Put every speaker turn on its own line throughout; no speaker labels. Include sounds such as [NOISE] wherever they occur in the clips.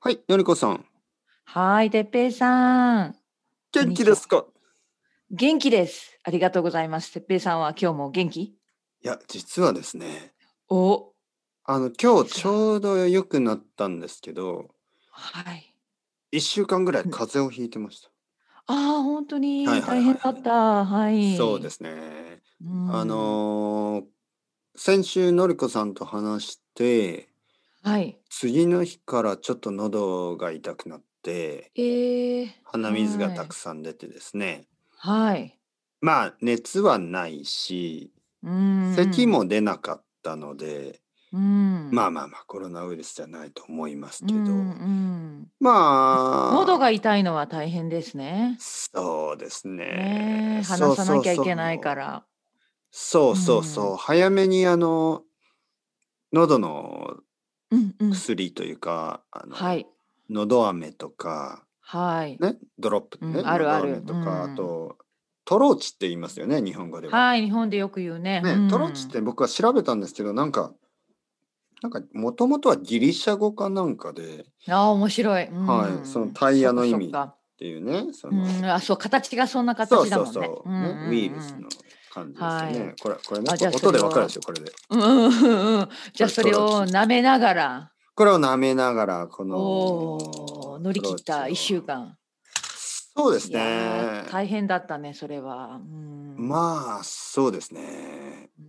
はい、のりこさん。
はい、てっぺいさん。
元気ですか
元気です。ありがとうございます。てっぺいさんは今日も元気い
や、実はですね。
お
あの、今日ちょうど良くなったんですけど、
はい。
1週間ぐらい風邪をひいてました。
ああ、本当に
はいはいはい
大変だ
は
っ
い。
た。はい。
そうですね。
う
あ
ん。
のー先週のりこさんと話して、
はい。
次の日からちょっと喉が痛くなって、
ええ
鼻水が
は
たく
い。
さん出てですね。
はい。
まあ、熱はないし、
う
咳
ん。
も出なかったので、
うん。
まあまあまあ、コロナウイルスじゃないと思います
う
け
ん。
ど、
うん。喉
まあ、
が痛いのは大変ですね。
そうですね。
ねえ、
そ
話
う
さな
そう
きゃいけないか
そう。
ら。
そう
う
そうそう。
ん。
早めにあの、喉の
うんうん。
薬というか、あ
は
の、
い。
喉飴とか、
はい。
ね、ドロップ
う
ね、
ん、ある
喉
あ
飴
る。
と
う
か、あ
ん。
と、トローチって言いますよね、日本語では。
はい、日本でよく言うね。う
ね、トローチって
ん。
僕は調べたんですけど、なんか、なんか、もともとはギリシャ語かなんかで、
ああ、面白い。う
はい、その
ん。
タイ
そ
ヤ
っ
の
か
意
そ
味
っ
っ
か。
ていうね、そ
うん、
の、
あ、そう、形がそんな
そう
形だ
そう
もんね。
そうう、ね、
ん
ウイル
うん
ス
うん。
の感じですよ
は
ね。
い。
これ、これね、
あ、じゃあ
お
そ
音
れ
でわかるで
を、
しょ、これで。
うんうんうん。じ
こ
ゃあ
れ
そ
ト
れ
ロー
を
チ。
舐めながら、
これを舐めながら、こ
おお、
のト
乗り
ロー
切っ
チ
た一週
を。
間。
そうです
いやー、
ね。
大変だったね、それは。うん。
まあ、そうですね。
うん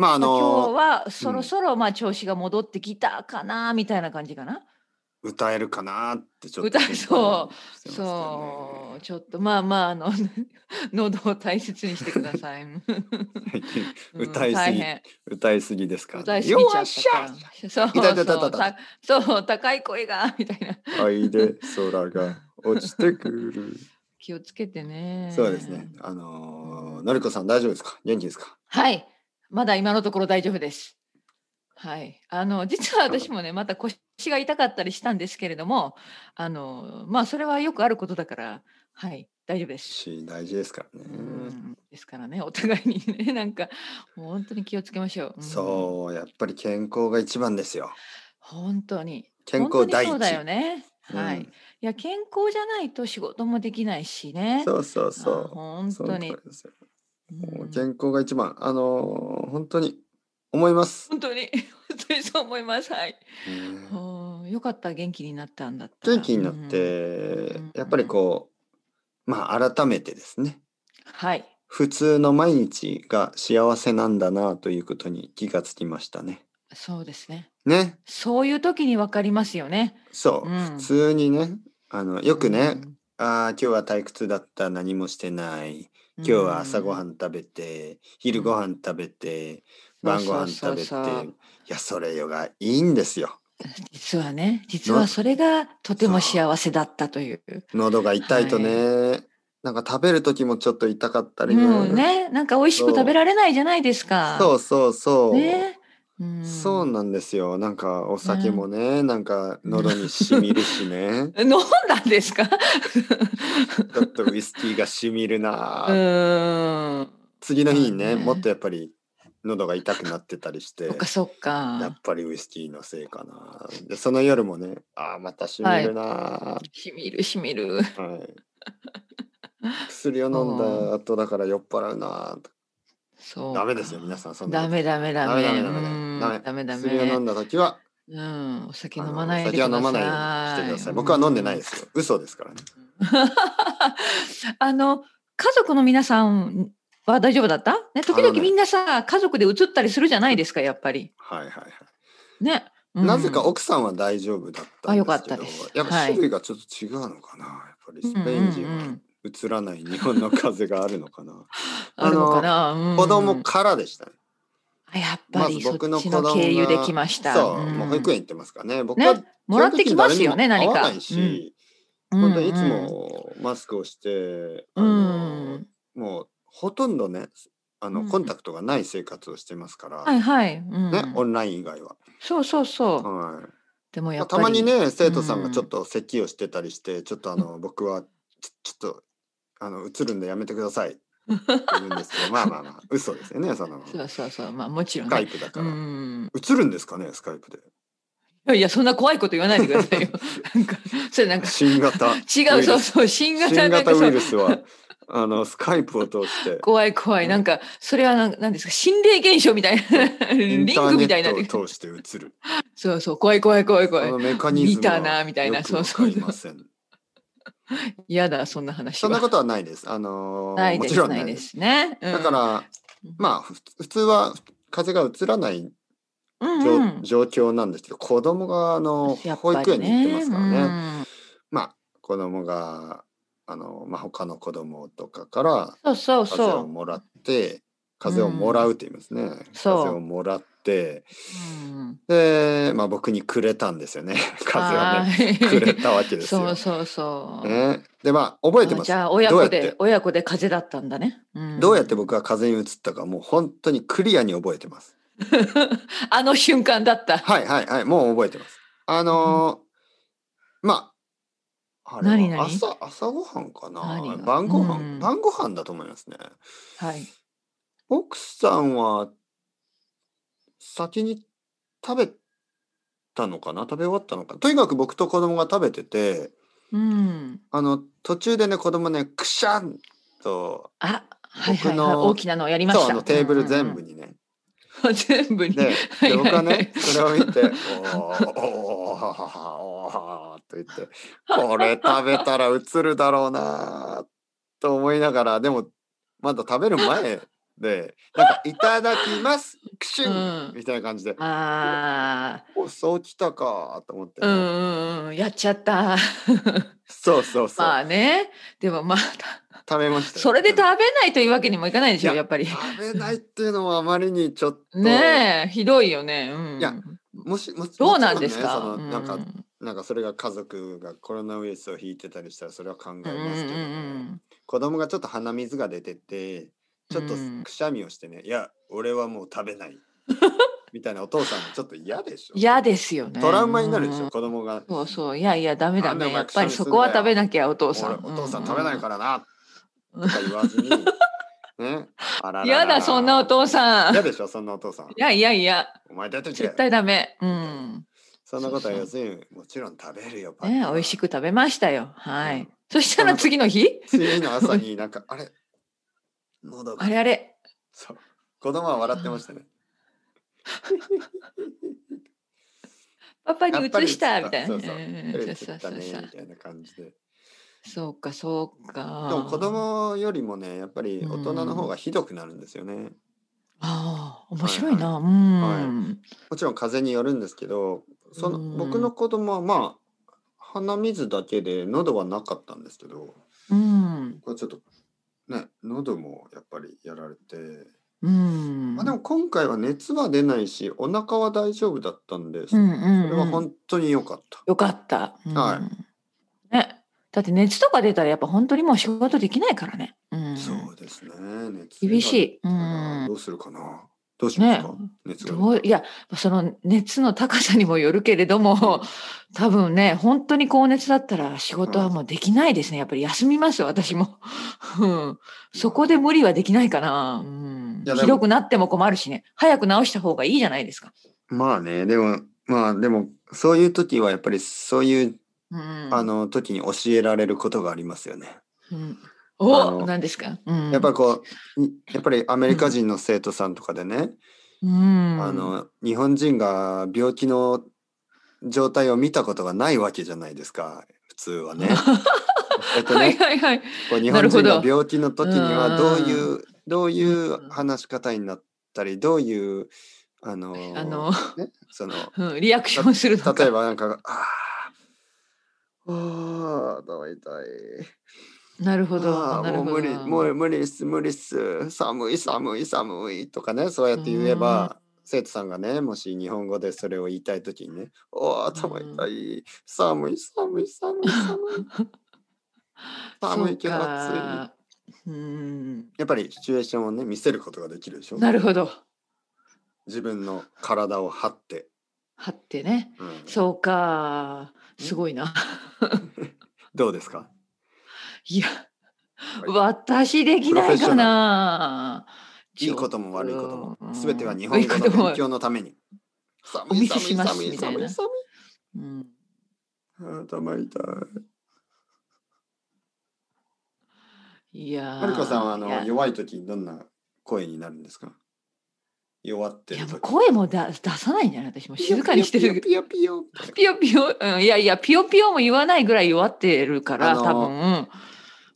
まあ、あ
まあ今日
の、
は
う
そろ
ん、
そろまあ調子が戻ってきたかなみたいな感じかな。
歌えるかなってちょっと
歌
心配
そう
してますけど
そ
ね。
うちょっとまあまああの [LAUGHS] 喉を大切にしてください。
最近、
う
歌
ん、
いす
大
ぎ、
変
歌いすぎですから
歌
ね。
いす
よ
ぎちゃ
っ
っ
したゃ
から
いた
そ
た
う
た
そ
た
う
たた。
たそう高い声がみたいな [LAUGHS]
愛で空が落ちてくる。
気をつけて
そうですね。
ね。
あ
う
のーのりこ
ん
さん大丈夫ですか元気ですか
はいまだ今のところ大丈夫です。はい、あの実は
[LAUGHS]
私もねまた腰が痛かったりしたんですけれどもあのまあそれはよくあることだからはい大丈夫です。
し、大事ですから
う
ね。
んですからねお互いにねなんかもう本当に気をつけましょう。うん、
そう、やっぱり健康が一番ですよ。
本当に
健康
本当に
第
そうだよ
一。
ね。
う
はい。い
ん。
や健康じゃないと仕事もできないしね。
そうそう
あ
そう。
本
その
当
通
に、
りですよ。
う、
もうん健康が一番。あのー本当に思います。
本当に本当にそう思います。はい。
ね
およかった元気になったんだった
元
ら。
気
う
になっ
んう
て、
ん
やっ
う
ぱり
ん
こう、まあ改めてですね。
はい。
普通の毎日が幸せなんだなということに気がつきましたね。
そうですね。
ね。
そういう時にわかりますよね。
そうう、普
ん。
通にね、あの、よ
う
くね、
ん。
ああ、今日は退屈だった、何もしてない、
う
今日は朝ご
ん。
はん食べて、
う
昼ごは
ん。
ん食べて、
そう
晩ご
そ
は
うんそ
食
う
べ
そ。
て、いうや、それよがいいんですよ。
実はね、実は
の、
それがとて
そ
も
う、
幸せだったという。
喉が痛い
は
と
い。
ね、なんか食べる時もちょっと痛かったり
もう
ね。
ね、なんか美味しく食
そ
べられないじゃないです
う、そ
か。
うそうそう。
ね。う。
そうんなんですよ。なんかお酒
ね。
もね、なんか
うん
喉にしみるしね。
飲んだんですか
ちょっとウイスキーがしみる
う
なあ。
ーん。
次の日
まあ
にね、もっと
ね。
やっぱり喉が痛くなってたりし
そっ
て、
かそっ
やっ
か。
ぱりウイスキーのせいかな。で、その夜もね、ああ、またしみ
は
る
い。
なあ。
しみるしみる。
はい。薬を飲ん
そう。
だ後だから酔っ払うなあ。
そ
ダ
う
メですよ、皆
か。
さん、そんなこ
ダ
と。
メダメダ
ダメダメ
メ。う
ダメダメ。ダ
ん、
メ。
ダメダ
薬を飲
メ。
んだ時は、
うん、お酒
あ
飲ま
の、お
ないで
酒は
く
飲ま
だ
ないようにしてくだ
さい。
さ
う
い。僕は飲んでないで
ん。
すよ。嘘ですからね。
あの、家族の皆さんは大丈夫だったね、時
あの
々み
ね、
んなさ、家族で移ったりするじゃないですか、やっぱり。
はいはいはい。
ね。う
なぜか
ん。
奥さんは大丈夫だった
あ、
ん
よ
で
か
す
っ
け
た
ど、
です。
やっぱ
は
種
い。
類がちょっと違うのかな。やっぱり
うん
ス
うん
ペイン人は
うん。
うつらない日本の風邪があるのかな。
あ
あ
るのか
の、
なう
子供
ん。
からでしたね。
あやっぱ
まず
りそっ
僕の
ち
子
の
供
経由でき
が、
ました。う
そう、もう保育
ん。
園行ってますからね。僕は
ね。も
そ
ら
の
っ
時
てき
に
ま
誰
す
に
よ
も
ね、
会
何
わない
か。うん。
し、
う
本当にいつ
んうん。
もマスクをして、
う
あの、
ん。
もうほとんどね、あ
う
の、コンタ
ん。
クトがない生活をしてますか
はいはい。う
ら、ね、オ
ん。
ンライン以外は。
そうそうそう。
はい。
でもや
まあ、
ったぱ
まに
り、
ね
う
生徒さんがちょっ
ん。
と咳をしてたりしてちょっとあ
[LAUGHS]
の僕はちちょっとあの映るんでやめてくださいって言うんですけ
[LAUGHS]
どまあまあまあ嘘ですよねその
そうそうそう。まあもち
ス
ろん
カ
ね。
イプだか
う
ら
ん。
映るんですかねスカイプで
やいや、そんな怖いこと言わないでくだ
[LAUGHS]
さいよ。なんか、それなんか、
新型
違う、そうそう、新型
新
なん
型
か
ウ
そ
イル
う。
スはあのスカイプを通して
怖い怖い。なんか、それはなんなんですか、心霊現象みたいな、
イ
リン
ンター
グ
ネ
みたいな。
ットを通して移る
そうそう、怖い怖い怖い
そ
怖い
の。メカニズム
見たなみたいな
よく
そう
わ
そ
か
う
りません
嫌だ、そんな話
そんな
は。
ことはないですあのー
ない
も
で
ち
す、
ろん
な
ない
い
で
ですすね。うん
だから
うん
まあふ普通は風邪が移らない
うん
状,、
うん
状況なんですけど子供があの保育園に行ってますからね。
うん
まあ子供があのまあ他の子供とかから
そうそう
風邪を
そ
もらって風邪をもらうって言いますね。風
そう
邪をもらって
う。うん
でまあ僕にくれたんですよね風邪をね
はい
くれたわけですよ。
そうそうそう。
ね、でまあ覚えて
あ
ま
じ
す。
ゃあ親
どうや
子
って
で親子で風邪だったんだね。ん
どうやって僕が風邪に移ったかもう本当にクリアに覚えてます。
あの瞬間だった。
はいはいはい、もう覚えてます。あのーまあ、あれは
何々
朝朝ごはんかな
何が
晩ご
うんう
飯
ん
晩ご飯だと思いますね。
はい。
奥さんは先に食べたのかな食べ終わったのかなとにかく僕と子供が食べてて、
うん。
あの、途中でね、子供ね、くしゃんと、
あ、はいはい、
僕
はい、
の
大きなのをやりまし
そう、
た。
あのテーブル全
う
部
ん
にね。
うんうん [LAUGHS] 全部に。
で、
い
で
はい
僕は
は
ね
い、
それを見て、おーおーおーはははおーははと言って、これ食べたら映るだろうなーと思いながら、でも、まだ食べる前で、なんか、いただきます、クシュ
う
ン
ん
みたいな感じで、
ああ、
おそうきたかーと思って、
うんうんうん、やっちゃった。
そうそうそう、
まあね、でもまあ、
食べましたよ。
それで食べ
うん
ないというわけにもいかないでしょ、
いや
やっぱり。
食べないっていうのはあまりにちょっと、
ねえ、ひどいよね。うん。
いやもし、もし
どうなんです
も
か。
ちろんねそのなんか、
う
なんかそれが家族がコロナウイルスを引いてたりしたら、それは考え
んうん
ますけどね。
うん
子供がちょっと鼻水が出ててちょっと
うん
くしゃみをしてね「いや俺はもう食べ
[LAUGHS]
ない」みたいなお父さんもちょっと嫌でしょ
嫌ですよね。
トラウマになるでし
う
ょ
ん
子供が
そうそう、いやいや、ダメだ
なんでお
ね。
前
やっぱりそこは食べなきゃ、お
「お
父さん。
お父さん食べないからな」
う
と
ん
か言わずにねあらららら
嫌だ、そんなお父さん。
嫌
い
でしょそんなお父さん
やいやいや、
お前出てけ
絶対ダメ。うん。
そんなことは言わずにもちろん食べるよパ
ね、美味しく食べましたよ。は
う
い
ん。
そしたら次の日
次の朝になんかあれ喉が
あれあれ。
そう子供は笑ってましたね
パパに移した
や
み
っぱ
た
り移った
いな。
そ
う
う
んそ
そう
う
映っ
そう
た
そう
ね
そう
み。たいな感じで
そうか、そうか。
でも子。供よりもねやっぱり大人の方がひどくなるんですよね、
ああ、面白いな。う
はい
ん。
もちろん風邪によるんですけどその、
うん
僕の子供はまあ鼻水だけで喉はなかったんですけど
うん。
これちょっとね喉もやっぱりやられて、
うん。
まあ、でも今回は熱は出ないしお腹は大丈夫だったんです、
うんうん、
そ
うん。
れは本当に良かった、
よかった。うん
は
ね。だって熱とか出たらやっぱ本当にもう仕事できないからね。うん、
そうですね熱
厳しい。う
が
ん
ど。うするかなどうしますか、
ね
熱が出た
どういやその熱の高さにもよるけれども多分ね本当に高熱だったら仕事はもうできないですねやっぱり休みます私も、うん、そこで無理はできないかな、うん
いやでも
ひどくなっても困るしね早く治した方がいいじゃないですか、
まあね、でも、まあでも、そういう時はやっぱりそういう、
うん、
あ、の時に教えられることがありますよね。
うん、
あ
お
の
何ですか、うん、
やっぱりこう、にやっぱりアメリカ人の生徒さんとかでね、
うん、
あの、日本人が病気の状態を見たことがないわけじゃないですか、普通は
[LAUGHS]
ね。えっと
はい
ね、
はいはい
こう日本人
なるほ
が
ど
病気の時にはどういう、どういう
うん
話し方になったり、どういう、あの、
あの、
ね、その、
うん、リアクションするのか
例えばなんか、あーあー、どういたい。
なるほ
あ
ど
ーも
なる
う
ほ
無理、
ど
もう無理っす、無理っす。寒い、寒い、寒いとかね、そうやって言えば、生徒さんがね、もし日本語でそれを言いたいときにね、おー、頭痛い、寒い、寒い、寒い、寒い。
[LAUGHS]
寒いけど暑い。
そう
や
かうん
っぱりシチュエーションをね、見せることができるでしょ
なるほど
自分の体を張って。
はってね
うん
そうか
うん
すごいな [LAUGHS]
どうですか
いや
はい
私できないかない
いいことも悪いことも、すべては日
う
本
んいい
語
こと
の
も
勉強のために。
お
寒
見
い
せ
寒
し
い
ます
寒い
みたい
寒
ない
寒い
うん
頭痛い。
いやー
はるかさんはあの
いや
弱い時どんな声になるんですか弱って
い
る
やも
時
う声もだ出さないんじゃない私も静かにしてる
ピヨピヨピヨピヨ
ピヨピヨ、うん、いやいやピヨピヨも言わないぐらい弱ってるから、
あの
多分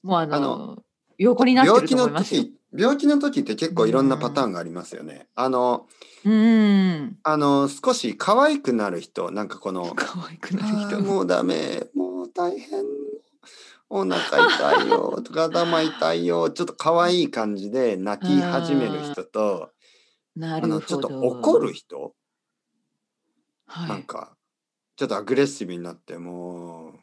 もうあの
あの
横になって
病
る
気
と思
の
いますよ。
時病気の時って結構いろんなパターンがありますよね。あの
うん
あの少し可愛くなる人なんかこの
可愛くなる
あ
人
ーもうダメもう大変お腹痛いよ
[LAUGHS]
とか頭痛いよちょっと可愛い感じで泣き始める人と
な
あ
るほど
のちょっと怒る、人
は
なん
い、
かちょっとアグレッシブになってもう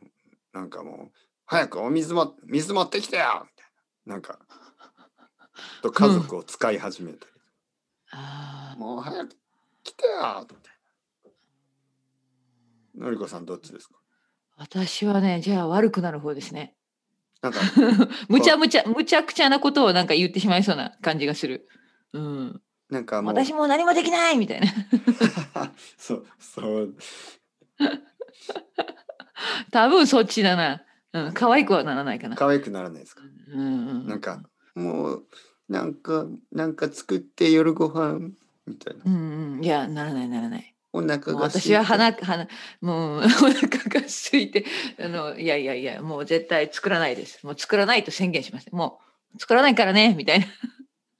なんかもう早くお水も水持ってきてよみたいななんかと家族を使い始めたり、
あー
もう早く来てよみたいなのりこさんどっちですか
私はねじゃあ悪くなる方ですね
なん
[LAUGHS]
か
むちゃむちゃむちゃくちゃなことをなんか言ってしまいそうな感じがする、うん、
なんかもう
私も何もできないみたいな
[LAUGHS] そうそう
[LAUGHS] 多分そっちだな、うん、可愛くはならないかな、
可愛くならないですか
うんうん、
なんかもうなんかなんか作って夜ご飯みたいな
うんうん、いやならないならない。
お腹
もう
が
私は
鼻
鼻鼻もうお腹が空いてあのいやいやいやもう絶対作らないです。もう作らないと宣言しました。もう作らないからねみたいな。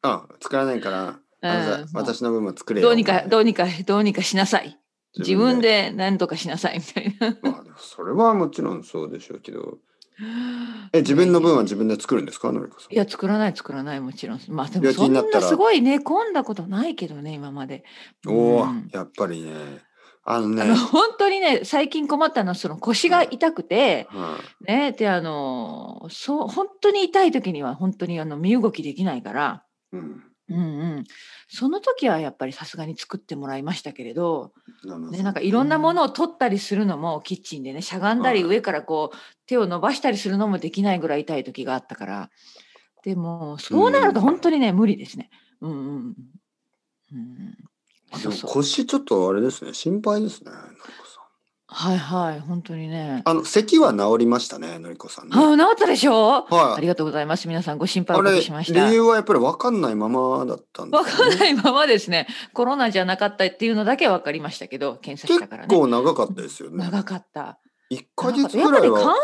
あ作らないからあのさ
うん
私の分も作れよ
どうにか
みたいな
どうにかどうにかしなさい。自分で何とかしなさいみたいな。
まあでもそれはもちろんそうでしょうけどえ自分の分は自分で作るんですかのりこさん
いや作らない作らないもちろん。まあでも
病気
そ
に
ん
なったら
なすごいね混んだことないけどね今まで。
おお
うん
やっぱりねあのね
あの本当にね最近困ったのはその腰が痛くて。
はい
ね、であのそう本当に痛い時には本当にあの身動きできないから、
うん
うんうん、その時はやっぱりさすがに作ってもらいましたけれど、
なるほ
ね、
ど
なんかいろんなものを取ったりするのもキッチンでねしゃがんだり
はい
上からこう手を伸ばしたりするのもできないぐらい痛い時があったからでもそうなると本当にね無理ですね。うんうんうんうん
で
そ
も
うそう
腰ちょっとあれですね心配ですねのりこさん
はいはい本当にね。
あの咳は治りましたねのりこさんね
あ治ったでしょ
はい
ありがとうございます皆さんご心配
あ
おか
れ
けしました
理。由はやっぱり分かんないままだったんで
わ
す
か
よね
んないままですね。コロナじゃなかったっていうのだけ分かりましたけど、検査したから
結
ね。
構長かったですよね
長かった。
1か
長かっ
月
たやっ
ぐ
ぱ
ら
り
い
乾燥、乾燥
は
だ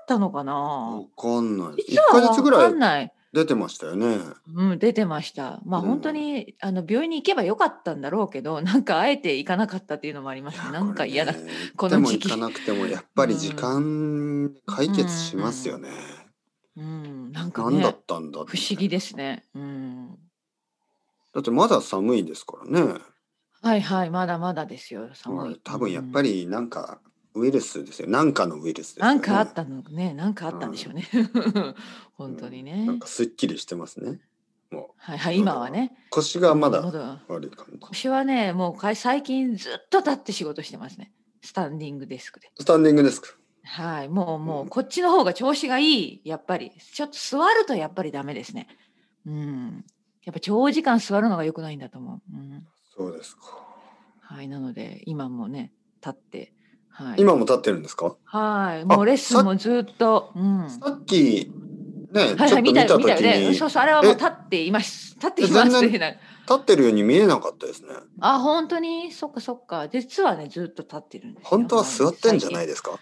ったのかな
分。かんないです
実
1
は
か月ぐ
分から
い
んない。
出てましたよね
うん、出てました。まあ、
うん
本当に、あの病院に行けばよかったんだろうけど、なんかあえて行かなかったっていうのもありますね。なんか嫌だ。
こ
こ
の
の
時
時
期
期
でも行かなくてもやっぱり時間解決しますよね、
うん、なんか
何
ね
だったんだって
不思議ですね。うん。
だってまだ寒いですからね、
はいはい、まだまだですよ。
は
寒
い
い。
多分やっぱりなんかウイルスですよなんかのウイルスですよね
なんかあったのね、なんかあったんでしょうね。本当にね。
なんかすっきりしてますねもう
はいはい、今はね。
腰がまだ
喉が
悪い感じ
腰はね、もうかい最近ずっと立って仕事してますね。スタンディングデスクで。
スタンディングですか
はい、もうも
うん
うこっちの方が調子がいい、やっぱり。ちょっと座るとやっぱりダメですね。うん。やっぱ長時間座るのが良くないんだと思う。うん、
そうですか。
はい、なので今もね、立って。はい。
今も立ってるんですか。
はい、もうレッスンもずっと。うん。
さっき。ね、
は
ち
い
ょ
は
っ
い、
と
見
見
た
た
よ、
時
見たよ
に、
ね。
立
そうそう、あれはもう
え
立っています。立っていますっ
全
て
然
言いながら。
ってるように見えなかったですね。
あ、本当に、そっかそっか。実はね、ずっと立ってるんですよ。
本当は座ってんじゃない
で
です
[LAUGHS]
か。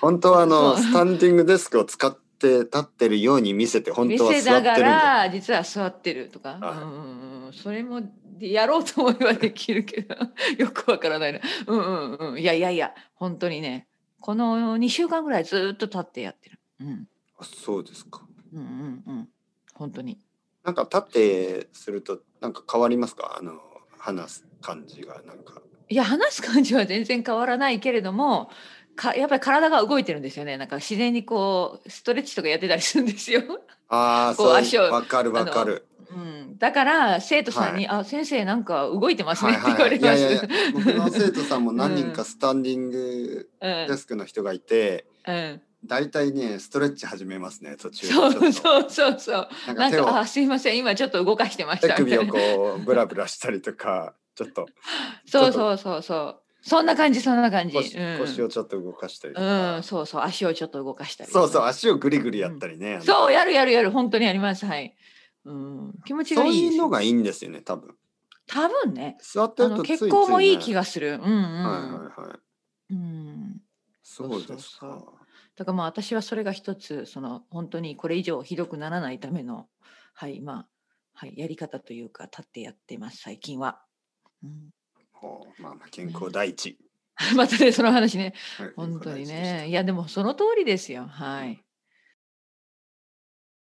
本当はあの、
そう
スタンディングデスクを使って立ってるように見せて、本
見
当は
せ
座
な
ってるん
が
じゃ。
ら、実は座ってるとか。
はい
うんうんうん。それも、やろうと思えばできるけど、 [LAUGHS] よくわからないな。うんうんうん。いやいやいや、本当にね、この2週間ぐらいずっと立ってやってる。うん。
あそうですか。
うんうんうん。本当に。
なんか立ってすると、なんか変わりますか。あの、話す感じが、なんか。
いや話す感じは全然変わらないけれどもかやっぱり体が動いてるんですよねなんか自然にこうストレッチとかやってたりするんですよ。
ああ、
こう
そう、
足を
わかるわかる。
うん、だから生徒さんに「あ先生なんか動いてますね」って言われ
いや
ま
い
す。
やいや、僕の生徒さんも何人かスタンディング
うん
デスクの人がいて。
うん、
大体ねストレッチ始めますね途中でちょ
そ
っと
うそうそうそう
なん
な
か
ん
手を
か「あすいません今ちょっと動かしてまし
手
[LAUGHS] た」み
首
た
を
いな
こうブラブラしたりとかちょっと
そうそうそうそうそんな感じそんな感じ。
腰
うん
腰をちょっと動かしたりと
う
か
ん、そうそう、足をちょっと動かしたり。
そうそう、足をぐりぐりやったりね。あの
そう、やるやるやる、本当にやります。はい。うん、気持ちが
そう
いいで
い
す
う
よ。
のがいいんですよね、多分。
多分ね。
座って
あ
ると
の
ついつい、ね。
血行もいい気
が。
がする。うんうん。
はいはいはい。
うん。
そうです
そう
か
そ。だからまあ私はそれが一つその本当にこれ以上ひどくならないためのはいまあはいやり方というか立ってやってます最近は。うん、
ほうまあまあ健康第一。
[LAUGHS] またねその話ね
はい
本当に
健康第一でした
ねいやでもその通りですよはい。